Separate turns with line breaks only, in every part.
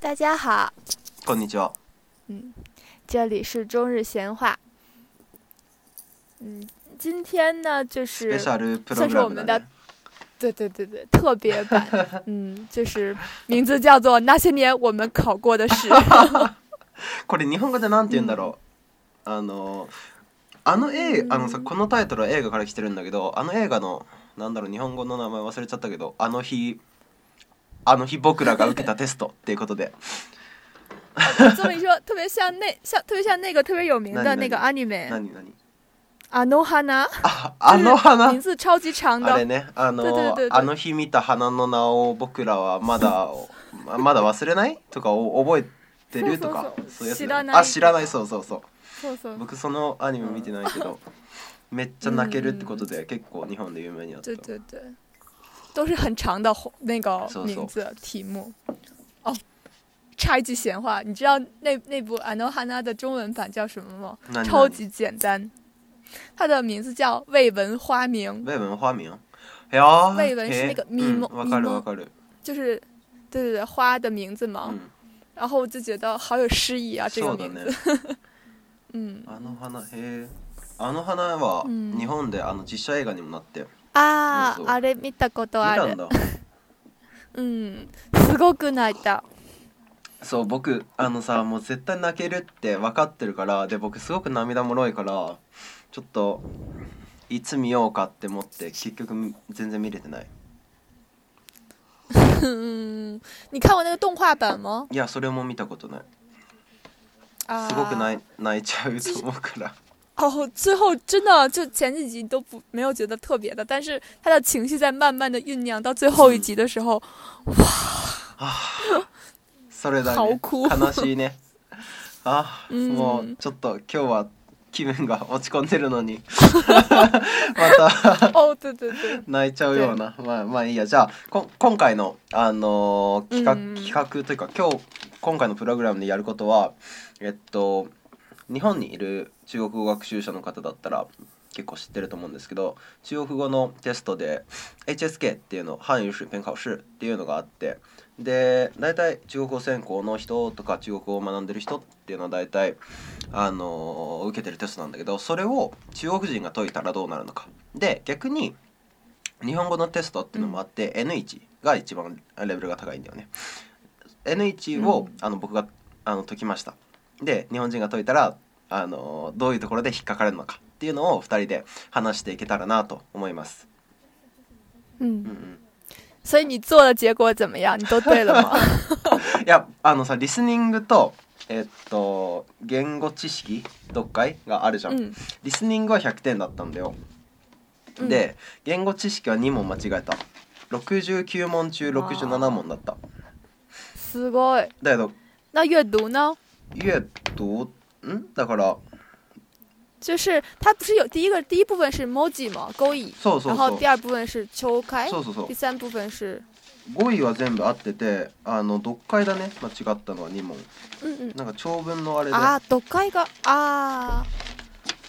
大家好，
こんにちは。
嗯，这里是中日闲话。嗯，今天呢，就
スペ
是
シャルプロ
算
グ
是
ラ
我
ム
们
だ
的
ね。
对对对对特别 版，嗯，就是名字叫做《那些年我们考过的 事》。
これ日本語でなんて言うんだろう。あのあの映
うん
画あのさこのタイトルは映画から来てるんだけど、あの映画のなんだろう日本語の名前忘れちゃったけど、あの日あの日僕らが受けたテストっていうこ とで、
这么一说，特别像那像特别像那个特别有名的
那
那
你
个 anime
何何？
阿诺哈娜，
ああの
名
花。
字超级长
あれ
的。
ね、あ
啊对对
の
对对
あの日見た花の名を僕らは まだままだ忘れないとかお覚えてるとか
そうそうそう
そういうやつ
知
だよね
らない
あ知らないそうそうそう。
そうそう。
僕そのアニメ見てないけど、めっちゃ泣けるってことで結構日本で有名になった
对对对，都是很长的红那个
搜索
名字题目。哦，插一句闲话，你知道那那部《阿诺哈娜》的中文版叫什么吗？
何
超级简单，它的名字叫《未闻花名
魏文花名いやー
魏文是那个
へー
咪蒙
うんわ
咪
かる
蒙
わかる、》，
就是对对对花的名字嘛。
うん、
然后我就觉得好有诗意啊，这
そ
个
うだ
名字。
ね
嗯
あの花へえあの花は
うん
日本であの実写映画にもなって見
啊
そうそう
あれ見たことあ
た
る。
んだ
嗯，すごく泣いた。
そう僕あのさもう絶対泣けるって分かってるからで僕すごく涙もろいからちょっといつ見ようかって思って結局全然見れてない
嗯，你看过那个动画版吗？
いやそれも見たことない
啊，
すごく泣い泣いちゃうと思うから
哦，最后真的就前几集都不没有觉得特别的，但是他的情绪在慢慢的酝酿，到最后一集的时候，
それだ
好
ね
哭
悲しいねあー、
うん
もうちょっと今日は気分が落ち込んでる のにまた
哦，对对对，
泣いちゃうようなまあまあいいやじゃあこ今回の、あの
う
ー
んうん
企画企画というか今日今回のプログラムでやることはえっと日本にいる中国語学習者の方だったら結構知ってると思うんですけど中国語のテストで HSK っていうの汉语水平考試っていうのがあってで大体中国語専攻の人とか中国語を学んでる人っていうのは大体あのー受けてるテストなんだけどそれを中国人が解いたらどうなるのかで逆に日本語のテストっていうのもあって、N1 が一番レベルが高いんだよね N1 を、
うん
あの僕があの解きましたで日本人が解いたらあのどういうところで引っかかるのかっていうのを2人で話していけたらなと思います。うんう
嗯，
ん、
所以你做的结果怎么样？你都对了 吗？
いやあのさリスニングとえっと言語知識読解があるじゃん。
嗯
リスニングは100点だったんだよ。
うん
で言語知識は2問間違えた。69問中67問だった。
すごい。
だけど
那阅读呢？
阅读んだから
就是它不是有第一个第一部分是 moji 吗？勾引，
そうそう
然后
そう
第二部分是秋开，
そうそうそう
第三部分是
5位は全部合っててあの読解だね間違ったのは2問
嗯嗯
なんか長文のあれで
啊，都开个啊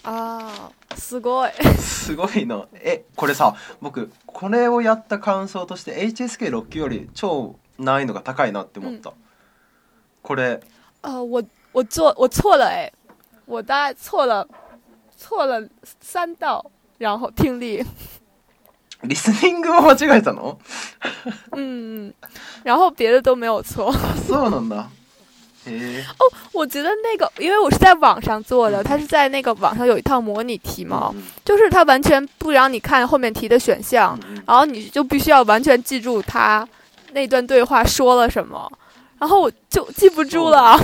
啊，すごい。
すごいのえこれさ僕これをやった感想として HSK6 級より超難易度が高いなって思った、これ
呃，我我做我错了哎，我大概错了错了三道，然后听 力，
リスニングを間違えたの
嗯，然后别的都没有错。
あそうなんだへえ
我觉得那个，因为我是在网上做的，它是在那个网上有一套模拟题嘛
う，ん
就是它完全不让你看后面题的选项，
うんうん
然后你就必须要完全记住它那段对话说了什么，然后我就记不住
哦
了，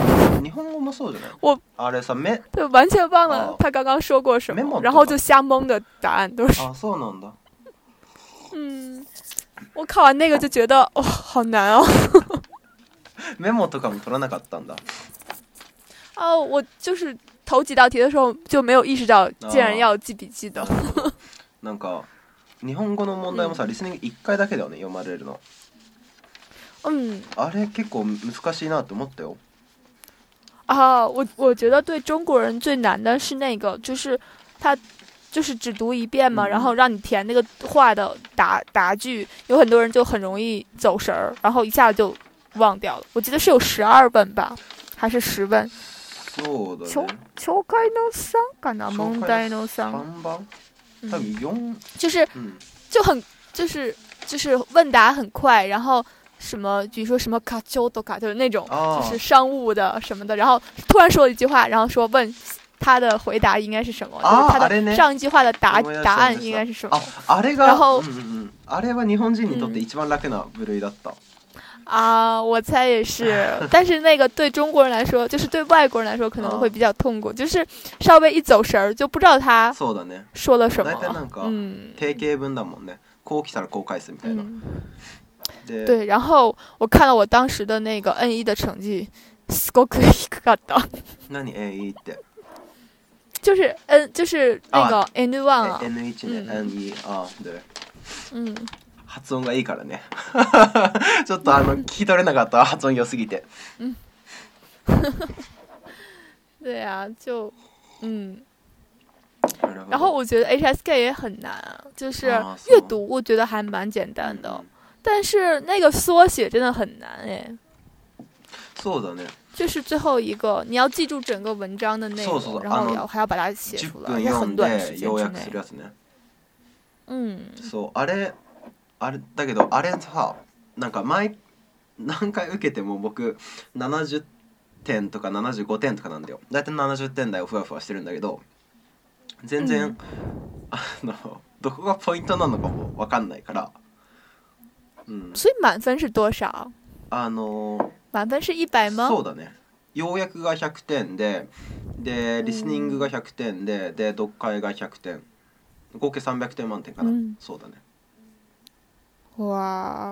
日本語もそうじゃない
我
あれさ目
对，完全忘了
哦
他刚刚说过什
没
么，
蒙
然
住
后
吧
就瞎蒙的答案都是。
あそうなんだ
嗯，我考完那个就觉得哇、好难哦！
メモとかも取らなかったんだ
啊，我就是头几道题的时候就没有意识到，竟然
哦
要记笔记的。
なるほどなんか日本語の問題もさ、リスニング1回だけだよね読まれるの
嗯
あれ結構難しいなって思ったよ
啊，我我觉得对中国人最难的是那个，就是他就是只读一遍嘛，
嗯
然后让你填那个话的答答句，有很多人就很容易走神儿，然后一下就忘掉了，我记得是有十二問吧，还是十問？
そうだ
紹
ね
紹介の三かな？問題の三。
3番
嗯
多分4
就是
うん
就很就是就是问答很快，然后什么比如说什么卡丘多卡就是那种
あ
就是
ー
商务的什么的，然后突然说了一句话，然后说问他的回答应该是什么，
啊
就是他
あれ
的
ね
上一句话的答
思い出した
答
思い出
案
した
应该是什么
ああれ
然
が、
后
うんうんうん、あれは日本人にとって一番楽な部類だった、
啊？我猜也是，但是那个对中国人来说，就是对外国人来说可能会比较痛苦，就是稍微一走神儿就不知道他
そうだね
说了什么
大体なん
了。
か
嗯
定型文だもんねこう来たらこう返すみたいな、
嗯，
で
对。然后我看了我当时的那个 N 一的成绩， すごく低かった。
何 A1 って
就是 N 就是那个 N one
え
啊，
N1 ね、
うん
N2 あで
嗯，
発音がいいからね ちょっとあの聞き取れなかった発音良すぎて
对啊，就嗯，
なるほど
然后我觉得 HSK 也很难啊，就是
啊是吗嗯
阅读我觉得还蛮简单的，
うん
但是那个缩写真的很难哎，
そうだね
就是最后一个你要记住整个文章的内
そうそ
容，
うそう
然后
あの
要还要把它写
10
出来，
分
在
読
很
ん
短的时
で
间
要
之
約す
内
る。やつね
嗯
そうあれあれだけどあれさなんか毎何回受けても僕70点とか75点とかなんだよ大体70点台をふわふわしてるんだけど全
う
然、
ん
あのどこがポイントなのかも分かんないからうん
所以满分是多少？
あの
满分是一百吗？
そうだね要約が100点ででリスニングが100点でで読解が100点合計300点満点かな、
うん
そうだね
哇，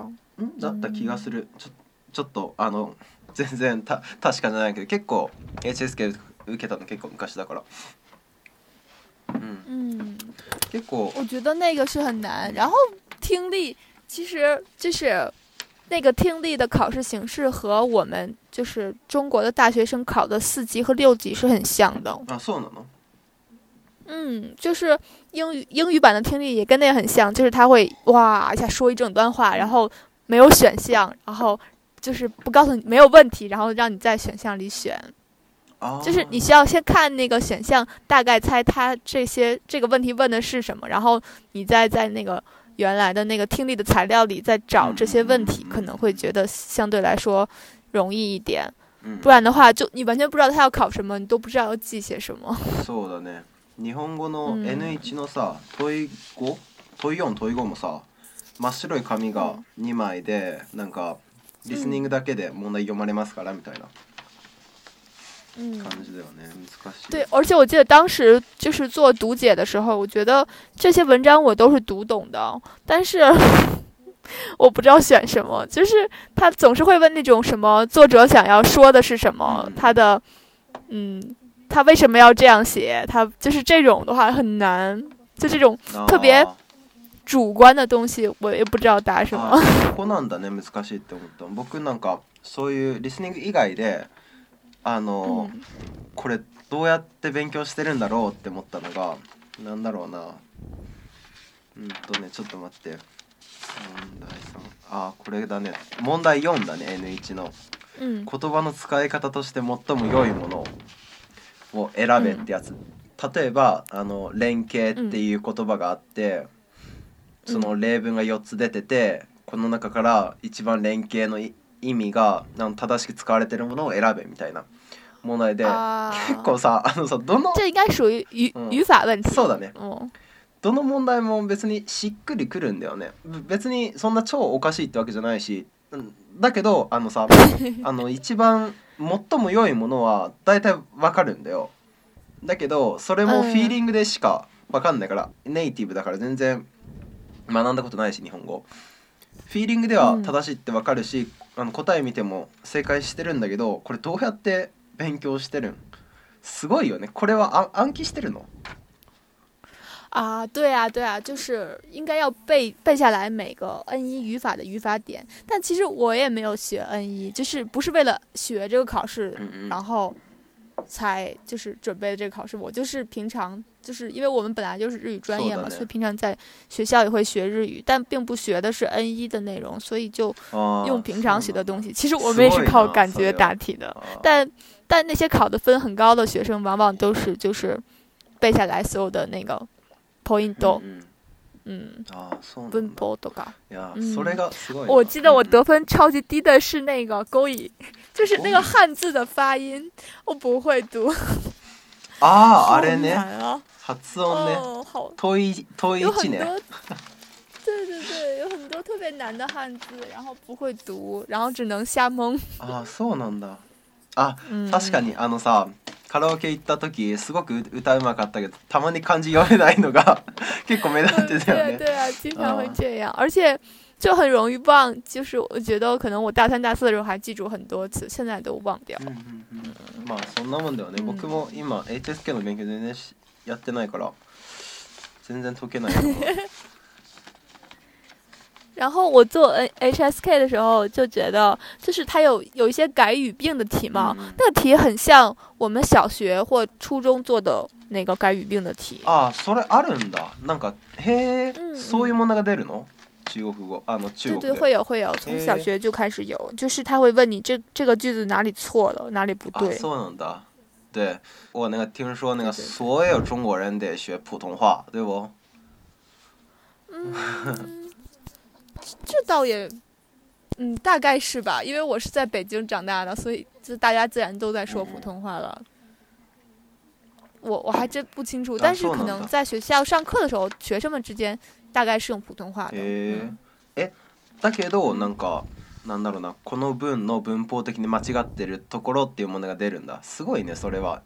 哦
んだった気がするちょちょっとあの全然た確かじゃないけど結構 HSK 受けたの結構昔だから、うん、
嗯。
結構
我觉得那个是很难。然后听力其实就是那个听力的考试形式和我们就是中国的大学生考的四级和六级是很像的。
あそうなの
嗯，就是英语英语版的听力也跟那个很像，就是他会哇一下说一整段话，然后没有选项，然后。就是不告诉你没有问题，然后让你在选项里选。
あー
就是你需要先看那个选项，大概猜他这些这个问题问的是什么，然后你再在那个原来的那个听力的材料里再找这些问题
嗯嗯，嗯
可能会觉得相对来说容易一点。
うん
不然的话，就你完全不知道他要考什么，你都不知道要记些什么。
そうだね日本語
う
の
ん
N1 のさ問い5問い4問い5もさ真っ白い紙が2枚でなんかリスニングだけで問題読まれますからみたいな
嗯
感じだよね難しい
对，而且我记得当时就是做读解的时候，我觉得这些文章我都是读懂的，但是 我不知道选什么。就是他总是会问那种什么作者想要说的是什么
嗯，
他的嗯，他为什么要这样写？他就是这种的话很难，就这种
あー
特別主观的东西，我也不知道答什么。
あここなんだね難しいって思った僕なんかそういうリスニング以外であの、
嗯
これどうやって勉強してるんだろうって思ったのがなんだろうなうんとねちょっと待って問題3あこれだね問題4だね N1 の
嗯
言葉の使い方として最も良いものを選べってやつ、例えばあの連携っていう言葉があって、
うん
その例文が4つ出ててこの中から一番連携のい意味がなん正しく使われてるものを選べみたいな問題で
あー
結構さあのさどの
这应该属于语
嗯
语法问题。
そうだね
嗯
どの問題も別にしっくりくるんだよねぶ別にそんな超おかしいってわけじゃないしうんだけどあのさあの一番最も良いものは大体わかるんだよだけどそれもフィーリングでしかわかんないから、ネイティブだから全然学んだことないし日本語フィーリングでは正しいってわかるし、あの答え見ても正解してるんだけどこれどうやって勉強してるんすごいよねこれはあ暗記してるの
啊，对啊，对啊，就是应该要背背下来每个 N 一语法的语法点。但
嗯
其实我也没有学 N 一，就是不是为了学这个考试，
うんうん
然后才就是准备这个考试。我就是平常就是因为我们本来就是日语专业
そう
嘛，
だね
所以平常在学校也会学日语，但并不学的是 N 一的内容，所以就
あー
用平常学的东西。其实我
す
们也
ご
是
い
靠
な
感
それ
觉
は
答题的，
あー
但但那些考的分很高的学生，往往都是就是背下来所有的那个 point，
うんうん
嗯，
あーそうなんだ
文法とか。
いや
うん
それがすごいな
我记得我
うん
得分超级低的是那个勾引，就是那个汉字的发音，我不会读。
あああ
好
れね
难啊！
発音ね
哦，好，
問い問い
有很
1ね
多，对对对，有很多特别难的汉字，然后不会读，然后只能瞎蒙。
ああそうなんだあ
嗯，
確かにあのさカラオケ行った時すごく歌うまかったけどたまに漢字読めないのが 結構目 立ってたよ
对
ね
对啊，经常会
嗯
这样，而且就很容易忘。就是我觉得可能我大三大四的时候还记住很多次，现在都忘掉。
うんうんうんまあそんなもんだよね、
うん
僕も今 HSK の勉強全然しやってないから全然解けないと思う
然后我做 N HSK 的时候就觉得，就是它有有一些改语病的题嘛，
うんうん
那个题很像我们小学或初中做的那个改语病的题。
ああそれあるんだなんかへえ、
うんうん
そういうものが出るの中国語あの
对
中国
对，
で
会有会有，从小
诶
学就开始有，就是他会问你这这个句子哪里错了，哪里不
啊，
对。
そうなんだ。对，我那个听说那个
对对对
所有中国人得学普通话，对不？
嗯，这倒也，嗯，大概是吧，因为我是在北京长大的，所以就大家自然都在说普通话了。我我还真不清楚，
啊
但是
そう
可
なん
能
だ
在学校上课的时候，学生们之间大概是用普通话的。
へ
嗯
え。え、だけどなんかなんだろうな、この文の文法的に間違ってるところっていうものが出るんだ。すごいね、それは。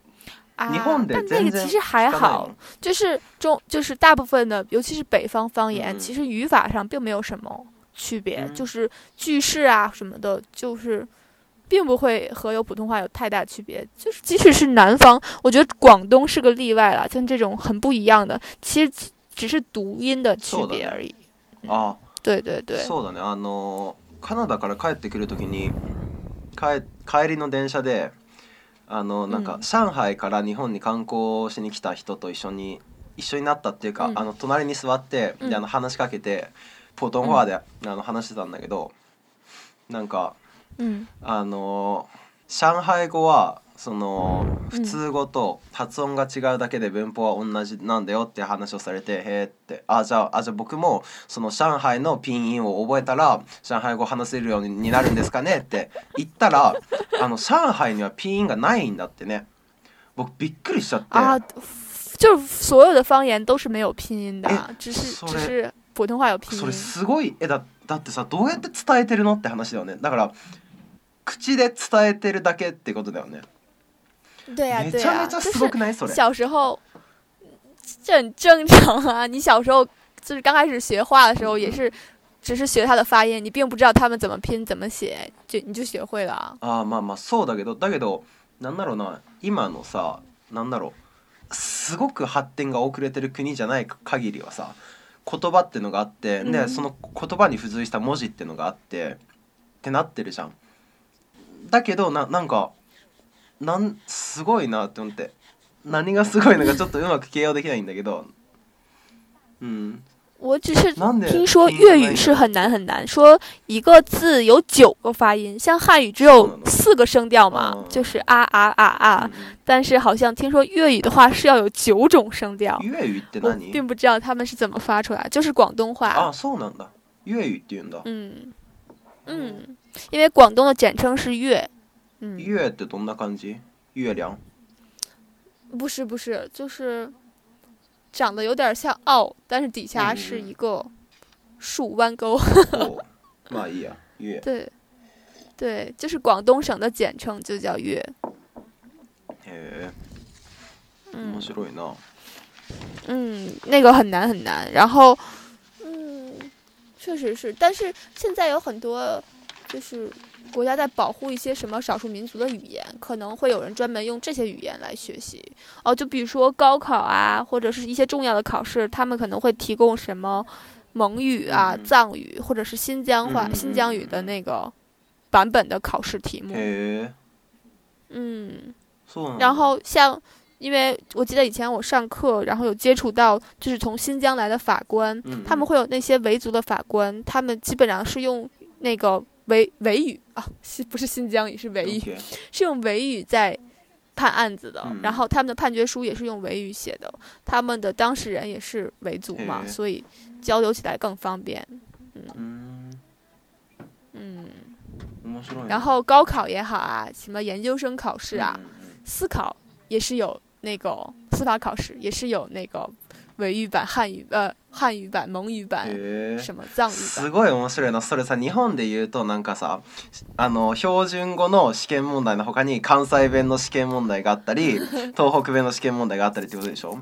日
啊
本，で
但那
全
个
然
其实还
聞かない
好
の，。
就是中，就是大部分的，尤其是北方方言，
嗯
其实语法上并没有什么区别，
嗯
就是句式啊什么的，就是并不会和有普通话有太大区别。就是即使是南方，我觉得广东是个例外了，像这种很不一样的，其实只是读音的区
そうだね
别而已。
あ、
对对对，
そうだね。あのカナダから帰ってくるときに帰帰りの電車で。あのなんか
うん
上海から日本に観光しに来た人と一緒に一緒になったっていうか、
うん
あの隣に座って、
うん
であの話しかけてポートンフォアで、あの話してたんだけどなんか
嗯
あの上海語はその
う
普
ん
通語と発音が違うだけで文法は同じなんだよって話をされて、へえってあじゃああじゃあ僕もその上海のピンインを覚えたら上海語話せるようになるんですかねって言ったらあの上海にはピンインがないんだってね僕びっくりしちゃって。
啊，就是所有的方言都是没有拼音的
哎
啊，只是
そ
只
れ
是普通话有拼
そ
音
れ。すごいえだだってさどうやって伝えてるのって話だよねだから口で伝えてるだけってことだよね
对呀、
め
对啊
ちゃ
呀、
めちゃ
就是
すごくないそれ
小时候，这很正常啊。你小时候就是刚开始学画的时候，也是只是学它的发音，你并不知道他们怎么拼、怎么写，就你就学会了啊。
あーまあまあそうだけどだけどなんだろうな今のさなんだろうすごく発展が遅れてる国じゃない限りはさ言葉ってのがあって、
う
で
ん
その言葉に付随した文字ってのがあってってなってるじゃん。だけどななんかなんすごいなって思って何がすごいのかちょっとうまく形容できないんだけどうん
我只是
なんで
听说
ピンがな
粤
いの
语是很难很难，说一个字有九个发音，像汉语只有四个声调嘛
嗯，
就是啊啊啊
う
啊。
ん
但是好像听说粤语的话是要有九种声调
うん、ゆえゆって
我
何
并不知道他们是怎么发出来，就是广东话。
あそうなんだゆえゆって言うんだ、
嗯，嗯，因为广东的简称是粤，嗯，
ゆえってどんな感じゆえりゃ ん
不是不是，就是长得有点像澳，但是底下
嗯
是
嗯
一个竖弯钩。
おうまあいいや。ゆえ。
对，对，就是广东省的简称就叫粤。
へえ、
嗯
面白いな。
嗯，那个很难很难。然后，嗯，确实是，但是现在有很多就是国家在保护一些什么少数民族的语言，可能会有人专门用这些语言来学习。哦，就比如说高考啊，或者是一些重要的考试，他们可能会提供什么蒙语啊、
嗯
藏语，或者是新疆话、
嗯嗯
新疆语的那个版本的考试题目。
へえ、
嗯，
そうなんだ
然后像，因为我记得以前我上课，然后有接触到就是从新疆来的法官，
嗯
他们会有那些维族的法官，他们基本上是用那个维维语啊，新不是新疆语是维语，
OK
是用维语在判案子的
嗯，
然后他们的判决书也是用维语写的，他们的当事人也是维族嘛，
嘿
所以交流起来更方便。
うーん
嗯，
面白いね
然后高考也好啊，什么研究生考试啊，
うんうんうん
司考也是有那个司法考试，也是有那个维语版、汉语呃汉语版、蒙语版、
へー
什么藏语
す
版。
ごい面白いなそれさ日本で言うとなんかさあの標準語の試験問題の他に関西弁の試験問題があった り東北弁の試験問題があったりってことでしょ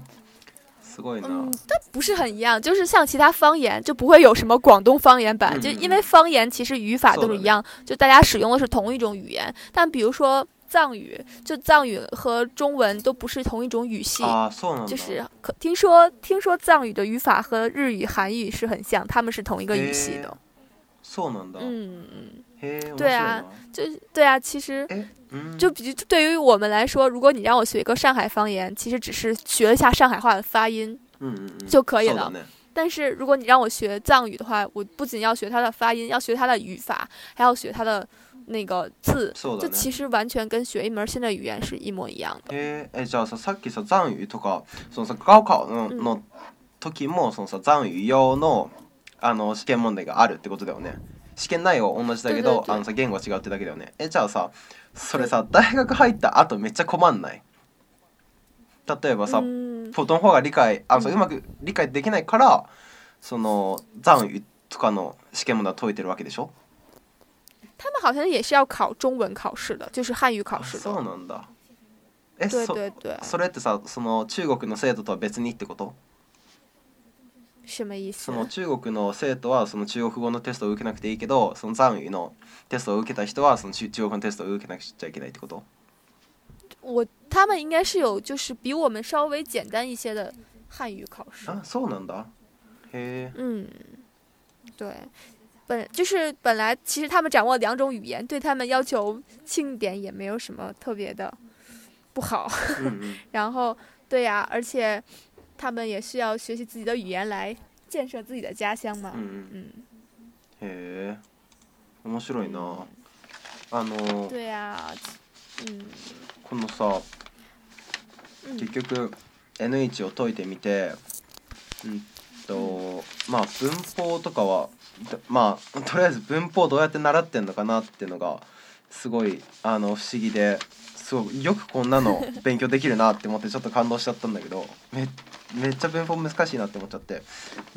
すごいな、
嗯，但不是很一样，就是像其他方言就不会有什么广东方言版，
嗯
就
嗯
因为方言其实语法
是
都
的
是一样，就大家使用的是同一种语言。但比如说藏语，就藏语和中文都不是同一种语系，
ああそうなんだ
就是可听说听说藏语的语法和日语、韩语是很像，他们是同一个语系
へ
的
ー。そうなんだ、へ
嗯嗯，
え面白い
对
な
啊就是对啊，其实。
えうん
就比就对于我们来说，如果你让我学一个上海方言，其实只是学一下上海话的发音。
うんうんうん
就可以
そうだ
了
ね
但是如果你让我学藏语的话，我不仅要学它的发音，要学它的语法，还要学它的那个字，
そう
这
だね
其实完全跟学一门新的语言是一模一样的。
へええじゃあささっきさ残雨とかそのさ高考の,、
うん
の時もそのさ残雨用のあの試験問題があるってことだよね試験内容同じだけ
そう
ど
そうそう
あのさ言語は違うってだけだよねえじゃあさそれさ大学入った後めっちゃ困んない例えばさ、
嗯，
ポトの方が理解あのさ
う
うんまく理解できないからその残雨とかの試験問題を解いてるわけでしょ
他们好像也是要考中文考试的，就是汉语考
あ
试
そう
的。
なんだえ
对
そ
对对，
それってさその中国の生徒とは別にってこと
什么意思
そ？の中国の生徒はその中国語のテストを受けなくていいけどその残余のテストを受けた人はその中中国語のテストを受けなくちゃいけないってこと
我他们应该是有就是比我们稍微简单一些的汉语考试。
あそうなんだへえ
嗯，对，本就是本来其实他们掌握两种语言，对他们要求轻一点也没有什么特别的不好。
うんうん
然后，对呀、而且他们也需要学习自己的语言来建设自己的家乡嘛
うんう。ん
嗯，
へえ面白いなあの
对呀、嗯
このさ
嗯
結局 N1 を解いてみてうんとまあ文法とかはだまあとりあえず文法どうやって習ってんのかなっていうのがすごいあの不思議ですごいよくこんなの勉強できるなって思ってちょっと感動しちゃったんだけどめめっちゃ文法難しいなって思っちゃって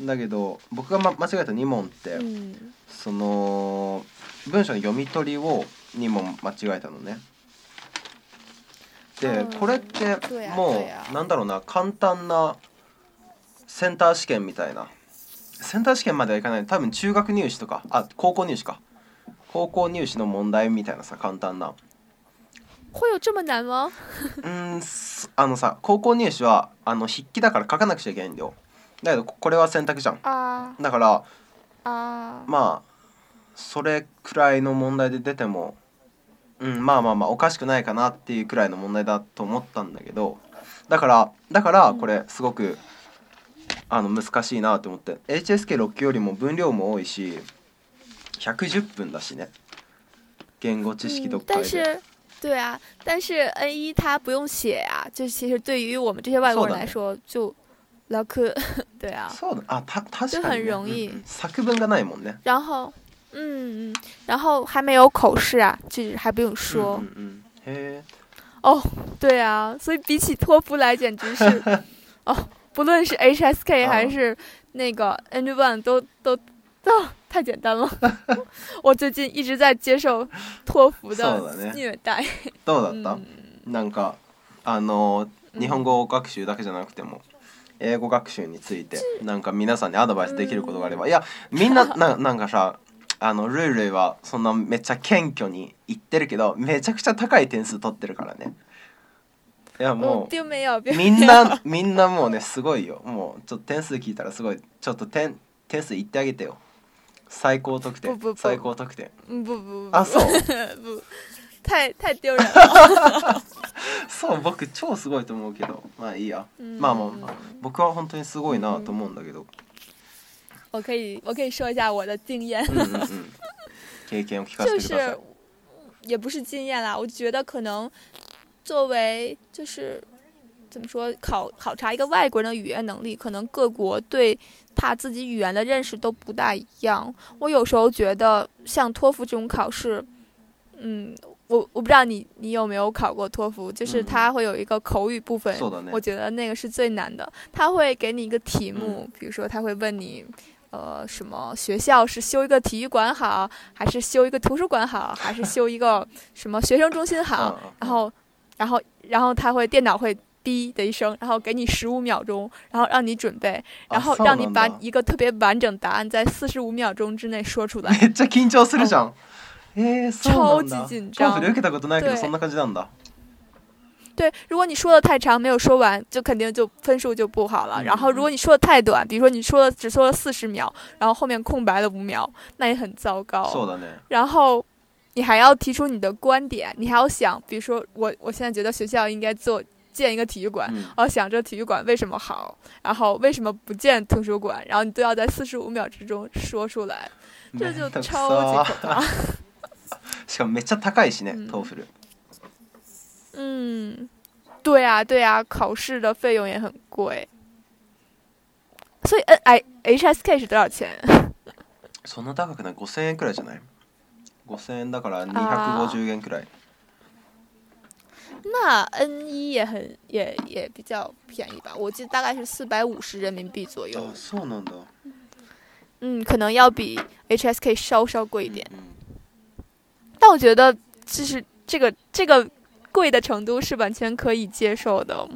だけど僕が、ま、間違えた2問って、
嗯
その文章の読み取りを2問間違えたのね。で
うん
これって
そうやそう
も
や
うなんだろうな簡単なセンター試験みたいなセンター試験まではいかない多分中学入試とかあ高校入試か高校入試の問題みたいなさ簡単な
会有这么难吗？
うーんすあのさ高校入試はあの筆記だから書かなくちゃいけないんだよだけどここれは選択じゃん
啊
だから
啊，
まあそれくらいの問題で出ても、うん、まあまあまあおかしくないかなっていうくらいの問題だと思ったんだけどだからだからこれすごく、あの難しいなと思って HSK6 級よりも分量も多いし110分だしね言語知識
嗯
読解
但
で。
是，对啊，但是 N 一它不用写呀、就其实对于我们这些外国人来说，就老科， 对啊。
そうだあた確
就
かに、
很
ね、
容易
うんうん作文がないもんね。
然后，嗯嗯，然后还没有口试啊，就是还不用说、
うんうんうん、へえ嗯
哦。对啊，所以比起托福来，简直 是哦，不论是 HSK
啊
还是那个 N One 都都都、太简单 了。我最近一直在接受托福
そう
的
だね。
虐待。
どうだった、
嗯。
なんかあの日本語学習だけじゃなくても英語学習についてなんか皆さんにアドバイスできることがあればいやみんなななんかさあのルイルイはそんなめっちゃ謙虚に言ってるけどめちゃくちゃ高い点数取ってるからねいや
我
も
并没有，
う
并
み
没
ん
有
なみんなもうねすごいよもうちょっと点数聞いたらすごいちょっと点点数言ってあげてよ最高得点
不不不
最高得点
嗯，不不不，
あそう
不，太太丢人了。
そう僕超すごいと思うけどまあいいや
嗯
まあまあまあ僕は本当にすごいなと思うんだけど、
我可以我可以说一下我的经验，
うんうんうん、経験を聞かせ
就
てくださ
是
い、
也不是经验啦，我觉得可能作为就是怎么说考考察一个外国人的语言能力，可能各国对他自己语言的认识都不大一样。我有时候觉得像托福这种考试，嗯，我我不知道你你有没有考过托福，就是
嗯
它会有一个口语部分，
そうだね
我觉得那个是最难的。他会给你一个题目，比如说他会问你，呃，什么学校是修一个体育馆好，还是修一个图书馆好，还是修一个什么学生中心好？
うんうん
然后，然后，然后他会电脑会哔的一声，然后给你十五秒钟，然后让你准备，
あ
然后
そうな
让
ん
你
だ
把一个特别完整答案在四十五秒钟之内说出来。
めっちゃ緊張するじゃんえー、そうなんだ
超級緊張
コンペで受けたことないけど
对
そんな感じなんだ
对，如果你说的太长，没有说完，就肯定就分数就不好了。然后如果你说的太短，比如说你说的只说了四十秒，然后后面空白了五秒，那也很糟
そう
糕。
だね
然后你还要提出你的观点，你还要想，比如说我我现在觉得学校应该做建一个体育馆
う。ん
哦，想这体育馆为什么好，然后为什么不建图书馆，然后你都要在四十五秒之中说出来，这
め
就
んどくさ
超级可怕。
しかもめっちゃ高いしね
うん
トーフル
嗯，对啊，对啊，考试的费用也很贵，所以 N I H S K 是多少钱？
そんな高くない5000円くらいじゃない5000円だから
あー
250円くらい
那 N 一也很也也比较便宜吧，我记得大概是四百五十人民币左右
あ。そうなんだ
嗯，可能要比 H S K 稍稍贵一点，
うんうん
但我觉得就是这个这个贵的程度是完全可以接受的。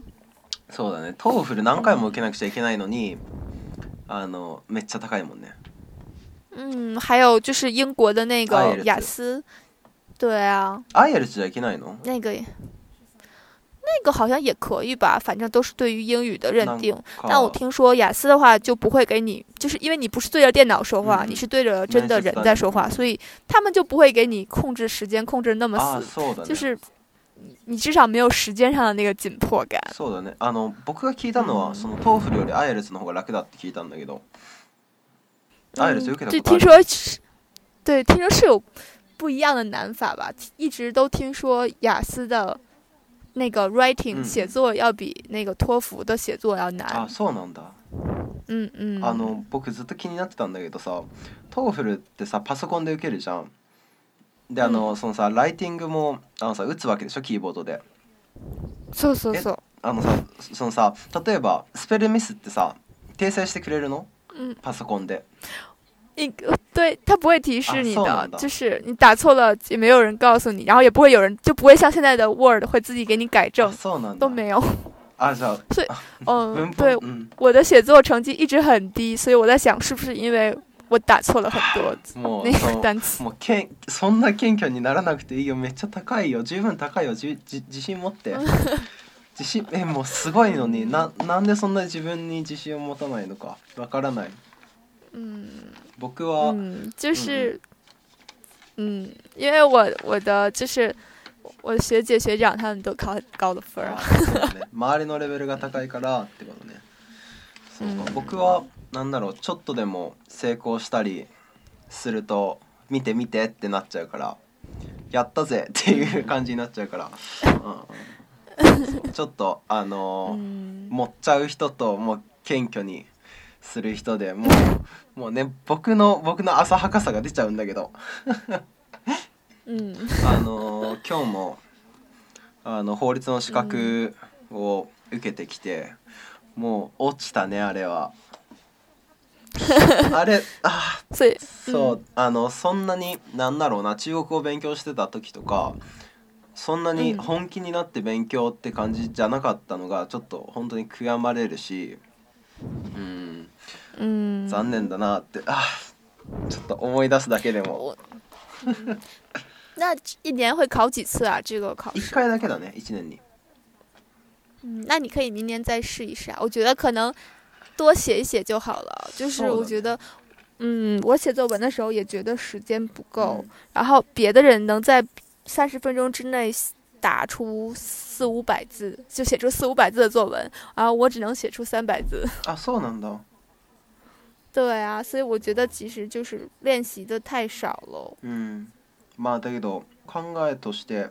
そうだねトーフル何回も受けなくちゃいけないのにあのめっちゃ高いもんね
嗯，还有就是英国的那
啊也
个
是
雅思，对啊，
アイエルじゃいけないの
那个也，那个好像也可以吧，反正都是对于英语的认定。但我听说雅思的话就不会给你，就是因为你不是对着电脑说话，
嗯
你是对着真的人
面试
在
官
说话，所以他们就不会给你控制时间控制那么
あー
死，
そうだね
就是你你至少没有时间上的那个紧迫感。
そうだねあの僕が聞いたのは、そのトーフルよりアイエルツの方が楽だって聞いたんだけどアイエルツ受けた
嗯就
ことあ
听
る、
说是，对，听说是有不一样的难法吧，一直都听说雅思的。那个 writing
嗯
写作要比那个托福的写作要难，
あそうなんだ、
嗯嗯，
あの僕ずっと気になってたんだけどさトーフルってさパソコンで受けるじゃんであの、そのさライティングもあのさ打つわけでしょキーボードで
そうそう
え
そう。
あのさそのさ例えばスペルミスってさ訂正してくれるの
嗯，
パソコンで
你对他不会提
啊
示你
送
的，
你的
就是你打错了也没有人告诉你，然后也不会有人就不会像现在的 Word 会自己给你改
あ
正，
そうなんだ
都 没有。
あじゃあ文
嗯，
法
对，
うん
我的写作成绩一直很低，所以我在想是不是因为我打错了很多
もう
那
そ
个
の
单词。
もうけんそんな謙虚にならなくていいよめっちゃ高いよ十分高いよじじ自信持って自信えもうすごいのにななんでそんな自分に自信を持たないのかわからない
嗯
僕は、
嗯，就是嗯，因为我我的就是我的学姐学长他们都考很高的分儿
あ
啊。
そうだね 周りのレベルが高いからってことねそうか、
うん
僕はなんだろうちょっとでも成功したりすると見て見てってなっちゃうからやったぜっていう感じになっちゃうから、うんうん そうちょっとあのー
嗯，
持っちゃう人ともう謙虚にする人でもうもうね僕の僕の浅はかさが出ちゃうんだけど
嗯
あのー今日もあの法律の資格を受けてきて、もう落ちたねあれは。あれあ
所以
そう、あのそんなになんだろうな中国を勉強してた時とかそんなに
うん
本気になって勉強って感じじゃなかったのがちょっと本当に悔やまれるしうん
嗯，
残念だなってあちょっと思い出すだけでも
我，嗯那一年会考几次啊？这个考
1
试？
回だけだね1年に。
嗯，那你可以明年再试一试啊。我觉得可能多写一写就好了。就是
そう
我
だ
觉
ね
得，哦嗯，我写作文的时候也觉得时间不够，
嗯
然后别的人能在三十分钟之内写打出四五百字，就写出四五百字的作文，啊，我只能写出三百字。
あそうなんだ
对啊，所以我觉得其实就是练习的太少了。
うんまあだけど考えとして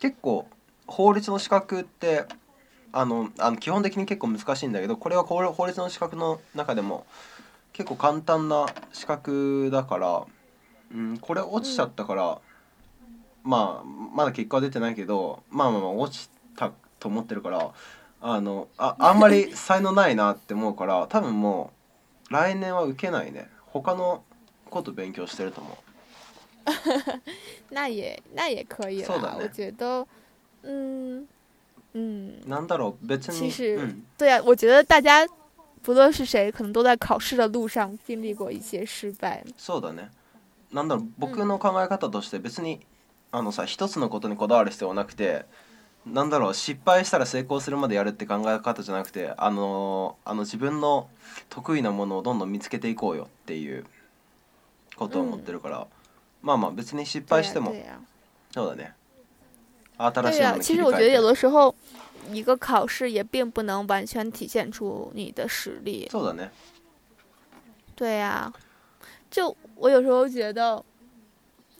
結構法律の資格ってあのあの基本的に結構難しいんだけどこれは法法律の資格の中でも結構簡単な資格だから、うん、これ落ちちゃったから、まあまだ結果は出てないけどまあまあまあ落ちたと思ってるからあのああんまり才能ないなって思うから多分もう来年は受けないね他のこと勉強してると思う。
那也那也可以
そうだ
啦，
ね
我觉得，嗯嗯，
なんだろう別に
其实
うん、
对啊，我觉得大家不论是谁，可能都在考试的路上经历过一些失败。
そうだねなんだろう僕の考え方として別に、あのさ一つのことにこだわる必要はなくてなんだろう失敗したら成功するまでやるって考え方じゃなくてあのあの自分の得意なものをどんどん見つけていこうよっていうことを思ってるから、まあまあ別に失敗しても、
对呀、
そうだね新
对
しい
呀、
ものに
其
切り
实我
替
觉得
えて
有的时候，一个考试也并不能完全体现出你的实力。
そうだね
对呀、就我有时候觉得，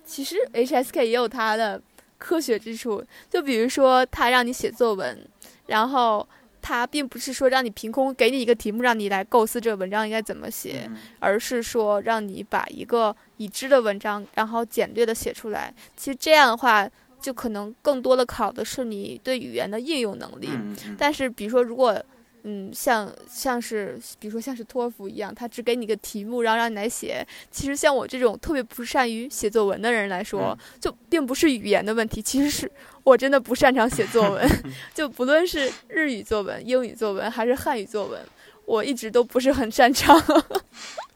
其实 HSK 也有它的科学之处。就比如说，它让你写作文，然后它并不是说让你凭空给你一个题目，让你来构思这个文章应该怎么写，
うん
而是说让你把一个已知的文章，然后简略的写出来。其实这样的话，就可能更多的考的是你对语言的应用能力。
うんうんうん
但是比如说，如果嗯，像像是比如说像是托福一样，他只给你个题目，然后让你来写。其实像我这种特别不善于写作文的人来说，就并不是语言的问题，其实是我真的不擅长写作文。就不论是日语作文、英语作文还是汉语作文，我一直都不是很擅长。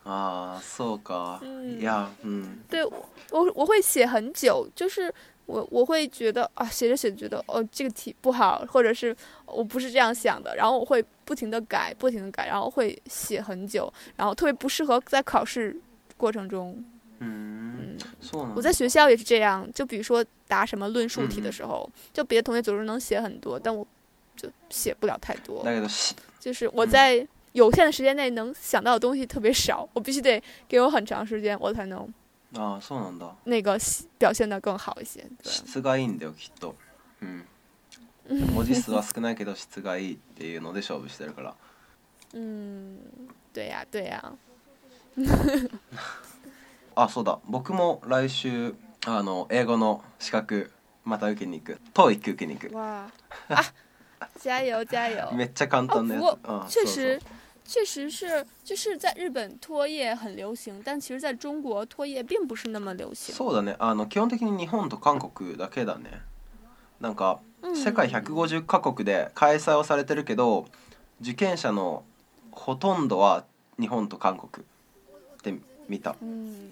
ああそうか、
うん
いやうん
对我我我会写很久，就是我我会觉得啊，写着写着觉得哦这个题不好，或者是我不是这样想的，然后我会不停的改，不停的改，然后会写很久，然后特别不适合在考试过程中。
うーん
嗯，
そうなんだ
我在学校也是这样，就比如说答什么论述题
嗯
的
嗯
时候，就别的同学总是能写很多，但我就写不了太多。
だけどし
就是我
嗯
在有限的时间内能想到的东西特别少，我必须得给我很长时间，我才能
ああそうなんだ
那个写表现得更好一些。对。
質がいいんだよきっとうん文字数は少ないけど質がいいっていうので勝負してるから
嗯，对呀、对呀、
あそうだ僕も来週あの英語の資格また受けに行く TOEIC 受けに行 く
哇啊，加油加油！
めっちゃ簡単なやつ、
哦不
あ
确
そうそう
实，确实是，就是在日本脱业很流行，但其实在中国脱业并不是那么流行。
そうだねあの基本的に日本と韓国だけだねなんか世界150カ国で開催はされてるけど受験者のほとんどは日本と韓国で見た
嗯，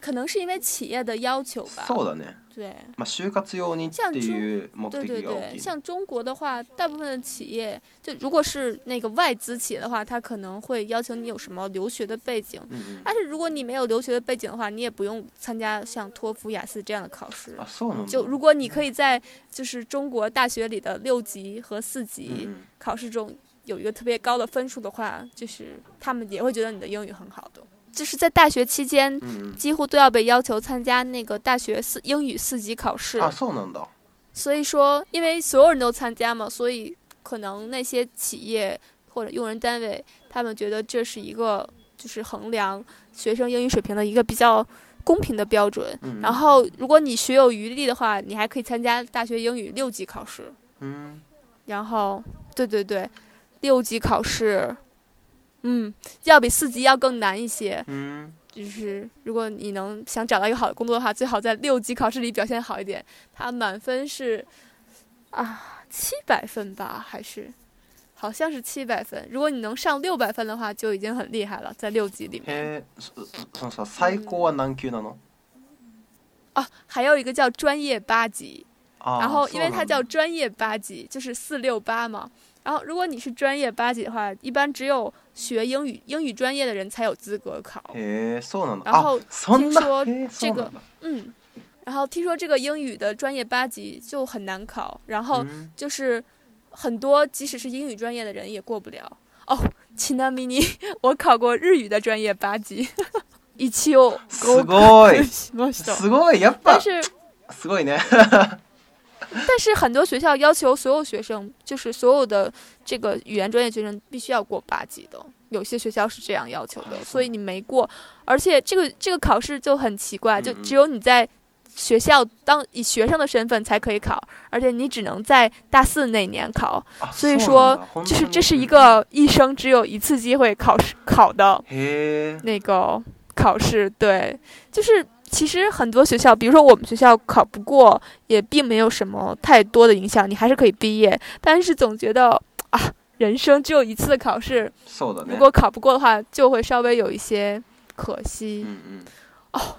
可能是因为企业的要求吧。
そうだね
对。
まあ、就活用にっていう目
对对
的が大
对，
きい。
像中国的话，大部分的企业就如果是那个外资企业的话，它可能会要求你有什么留学的背景，
うんうん、
但是如果你没有留学的背景的话，你也不用参加像托福、雅思这样的考试
あ。そうなんだ。
就如果你可以在就是中国大学里的六级和四
うんう
级
ん
考试中有一个特别高的分数的话，就是他们也会觉得你的英语很好的。就是在大学期间，
うんうん
几乎都要被要求参加那个大学四英语四级考试。
あそうなんだ。
所以说，因为所有人都参加嘛，所以可能那些企业或者用人单位，他们觉得这是一个就是衡量学生英语水平的一个比较公平的标准。
うんうん
然后，如果你学有余力的话，你还可以参加大学英语六级考试。
うん
然后，对对对，六级考试，嗯，要比四级要更难一些。
うん
就是如果你能想找到一个好的工作的话，最好在六级考试里表现好一点。他满分是啊七百分吧，还是好像是七百分。如果你能上六百分的话，就已经很厉害了，在六级里面
へえそそのさ最高は何級なの？
啊。还有一个叫专业八级，
あー
然后因为
そうな
它
んだ
叫专业八级，就是四六八嘛。然后如果你是专业八级的话，一般只有学英语英语专业的人才有资格考。
嗯へえそうなんだ。
然后
あそんな
听说
へえそうなんだ
这嗯，然后听说这个英语的专业八级就很难考，然后
嗯
就是很多即使是英语专业的人也过不了。哦，ちなみに我考过日语的专业八级， 一応
す ご い
しました。
すごいやっ
但
ぱ
是
すごいね
但是很多学校要求所有学生，就是所有的这个语言专业学生必须要过八级的，有些学校是这样要求
啊
的，所以你没过，而且这个这个考试就很奇怪，就
嗯嗯
只有你在学校当以学生的身份才可以考，而且你只能在大四那年考，
あ
所以
うなん
说
だ本当
就是
に
这是一个一生只有一次机会考试考的
へえ
那个考试，对，就是其实很多学校，比如说我们学校考不过，也并没有什么太多的影响，你还是可以毕业。但是总觉得啊，人生只有一次的考试，
そうだ
如
ね
果考不过的话，就会稍微有一些可
うん
惜
う。ん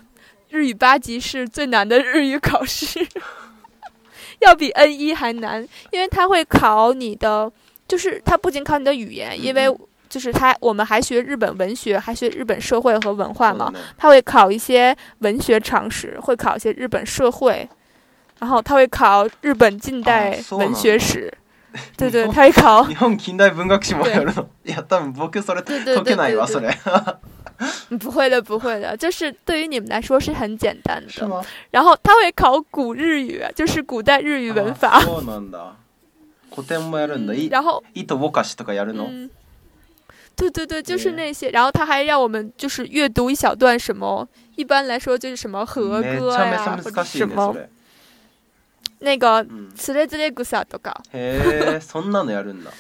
日语八级是最难的日语考试， 要比 N 一还难，因为它会考你的，就是它不仅考你的语言，因为
嗯
就是它我们还学日本文学，还学日本社会和文化
そう
嘛
だ。ね
他会考一些文学常识，会考一些日本社会，然后他会考日本近代
啊そうなん
文
だ
学 史，对对，
日本
他会 考，
日本近代文学史も やるのいや多分僕それ
对对对
解けないわ
对
そ
对
れ
嗯不会的不会的，就是对于你们来说是很简单
是
的。
吗
然后他会考古日语，就是古代日语文
あ
法，
そうなんだ古典もやるんだ
嗯
い
然后
糸ぼかしとかやるの
嗯，对对对，就
对
是那些。然后他还让我们就是阅读一小段什么，一般来说就是什么和
めち
歌
ゃめ
呀、
ちゃ
或者
難しい
什
ねそ
么
れ
那个
うん
つれつれぐさとか。
へえそんなのやるんだ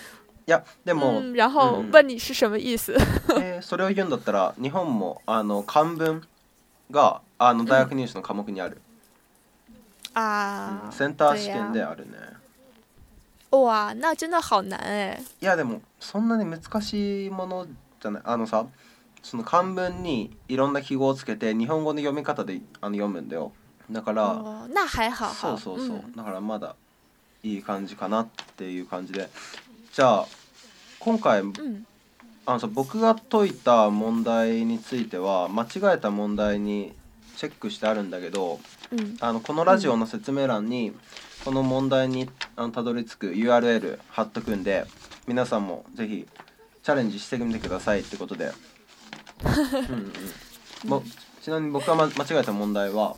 いやでも、
嗯，然后
嗯
问你是什么意思？
えーそれを言うんだったら日本もあの漢文があの大学入試の科目にある、
啊
センター試験であるね
哇，那真的好难哎！
いやでもそんなに難しいものじゃないあのさその漢文にいろんな記号をつけて日本語の読み方であの読むんだよだから
哦，那还好好，
そうそうそう
嗯
だからまだいい感じかなっていう感じでじゃあ今回
嗯
あのさ僕が解いた問題については間違えた問題にチェックしてあるんだけど
嗯
あのこのラジオの説明欄にこの問題にあのたどり着く URL 貼っとくんで皆さんもぜひチャレンジしてみてくださいってことで、うんうんぼちなみに僕が、ま、間違えた問題は、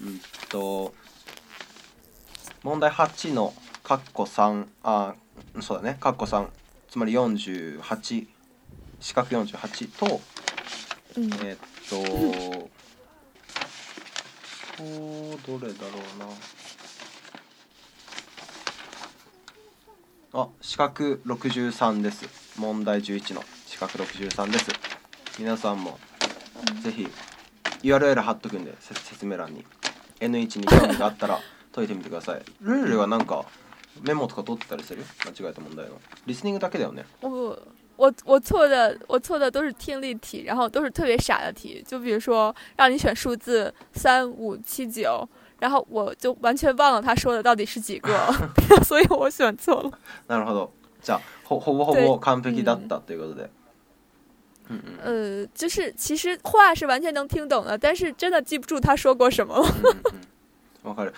うんと問題8のカッコ3あそうだねカッコ3つまり48四角48と
嗯
えっと、こうどれだろうな。あ、四角六十三です。問題十一の四角六十三です。皆さんもぜひ URL 貼っとくんでせ説明欄に N1 に興味があったら解いてみてください。ルールはなんかメモとか取ってたりする？間違えた問題の。リスニングだけだよね。
我我我错的我错的都是听力题，然后都是特别傻的题，就比如说让你选数字三五七九，然后我就完全忘了他说的到底是几个，所以我选错了。
なるほど。じゃあほほぼほぼ完璧だったということで。うんうん。
呃，就是其实话是完全能听懂的，但是真的记不住他说过什么。
わかる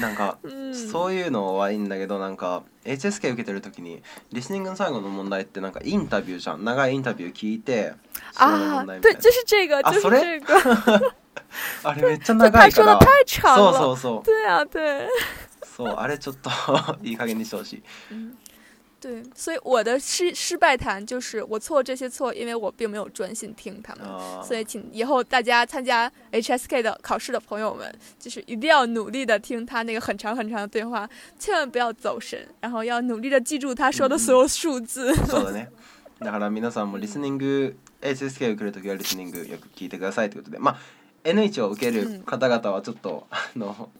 なんか
嗯，
そういうのはいいんだけどなんか HSK 受けてる時にリスニングの最後の問題ってなんかインタビューじゃん長いインタビュー聞いてそれの
啊
問題，みた
对
い，な
就是这个，
啊
就是
それ
这个。
あれめっちゃ
就
長
他
いか
说的
ら
太长
そう
了。
そうそう
对啊，对，
そうあれちょっと いい加減にしてほしい
嗯，对，所以我的失失败谈就是我错这些错，因为我并没有专心听他们。
あ
所
ー
以，请以后大家参加 HSK 的考试的朋友们，就是一定要努力的听他那个很长很长的对话，千万不要走神，然后要努力的记住他说的所有数字。
そうだね だから皆さんもリスニング HSK 受ける時はリスニングよく聞いてくださいということでまあ N1 を受ける方々はちょっ と、あの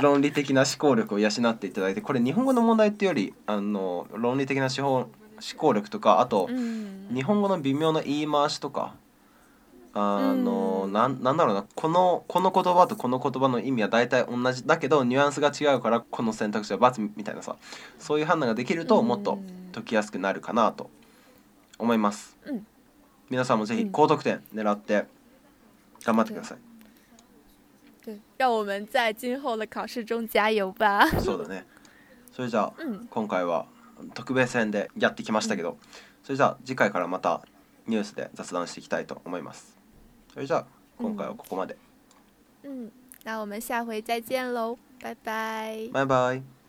論理的な思考力を養っていただいてこれ日本語の問題っていうよりあの論理的な思考思考力とかあと
嗯
日本語の微妙な言い回しとかあの
うん
なんなんだろうなこのこの言葉とこの言葉の意味は大体同じだけどニュアンスが違うからこの選択肢は×みたいなさそういう判断ができるともっと
嗯
解きやすくなるかなと思います、
うん
皆さんもぜ
う
ひ
ん
高得点狙って頑張ってください、
对，让我们在今后的考试中加油吧。
そうだねそれじゃあ
嗯，
今回は特別編でやってきましたけどそれじゃあ次回からまたニュースで雑談していきたいと思いますそれじゃあ今回はここまで、
嗯，那我们下回再见喽，拜拜。
バイバイ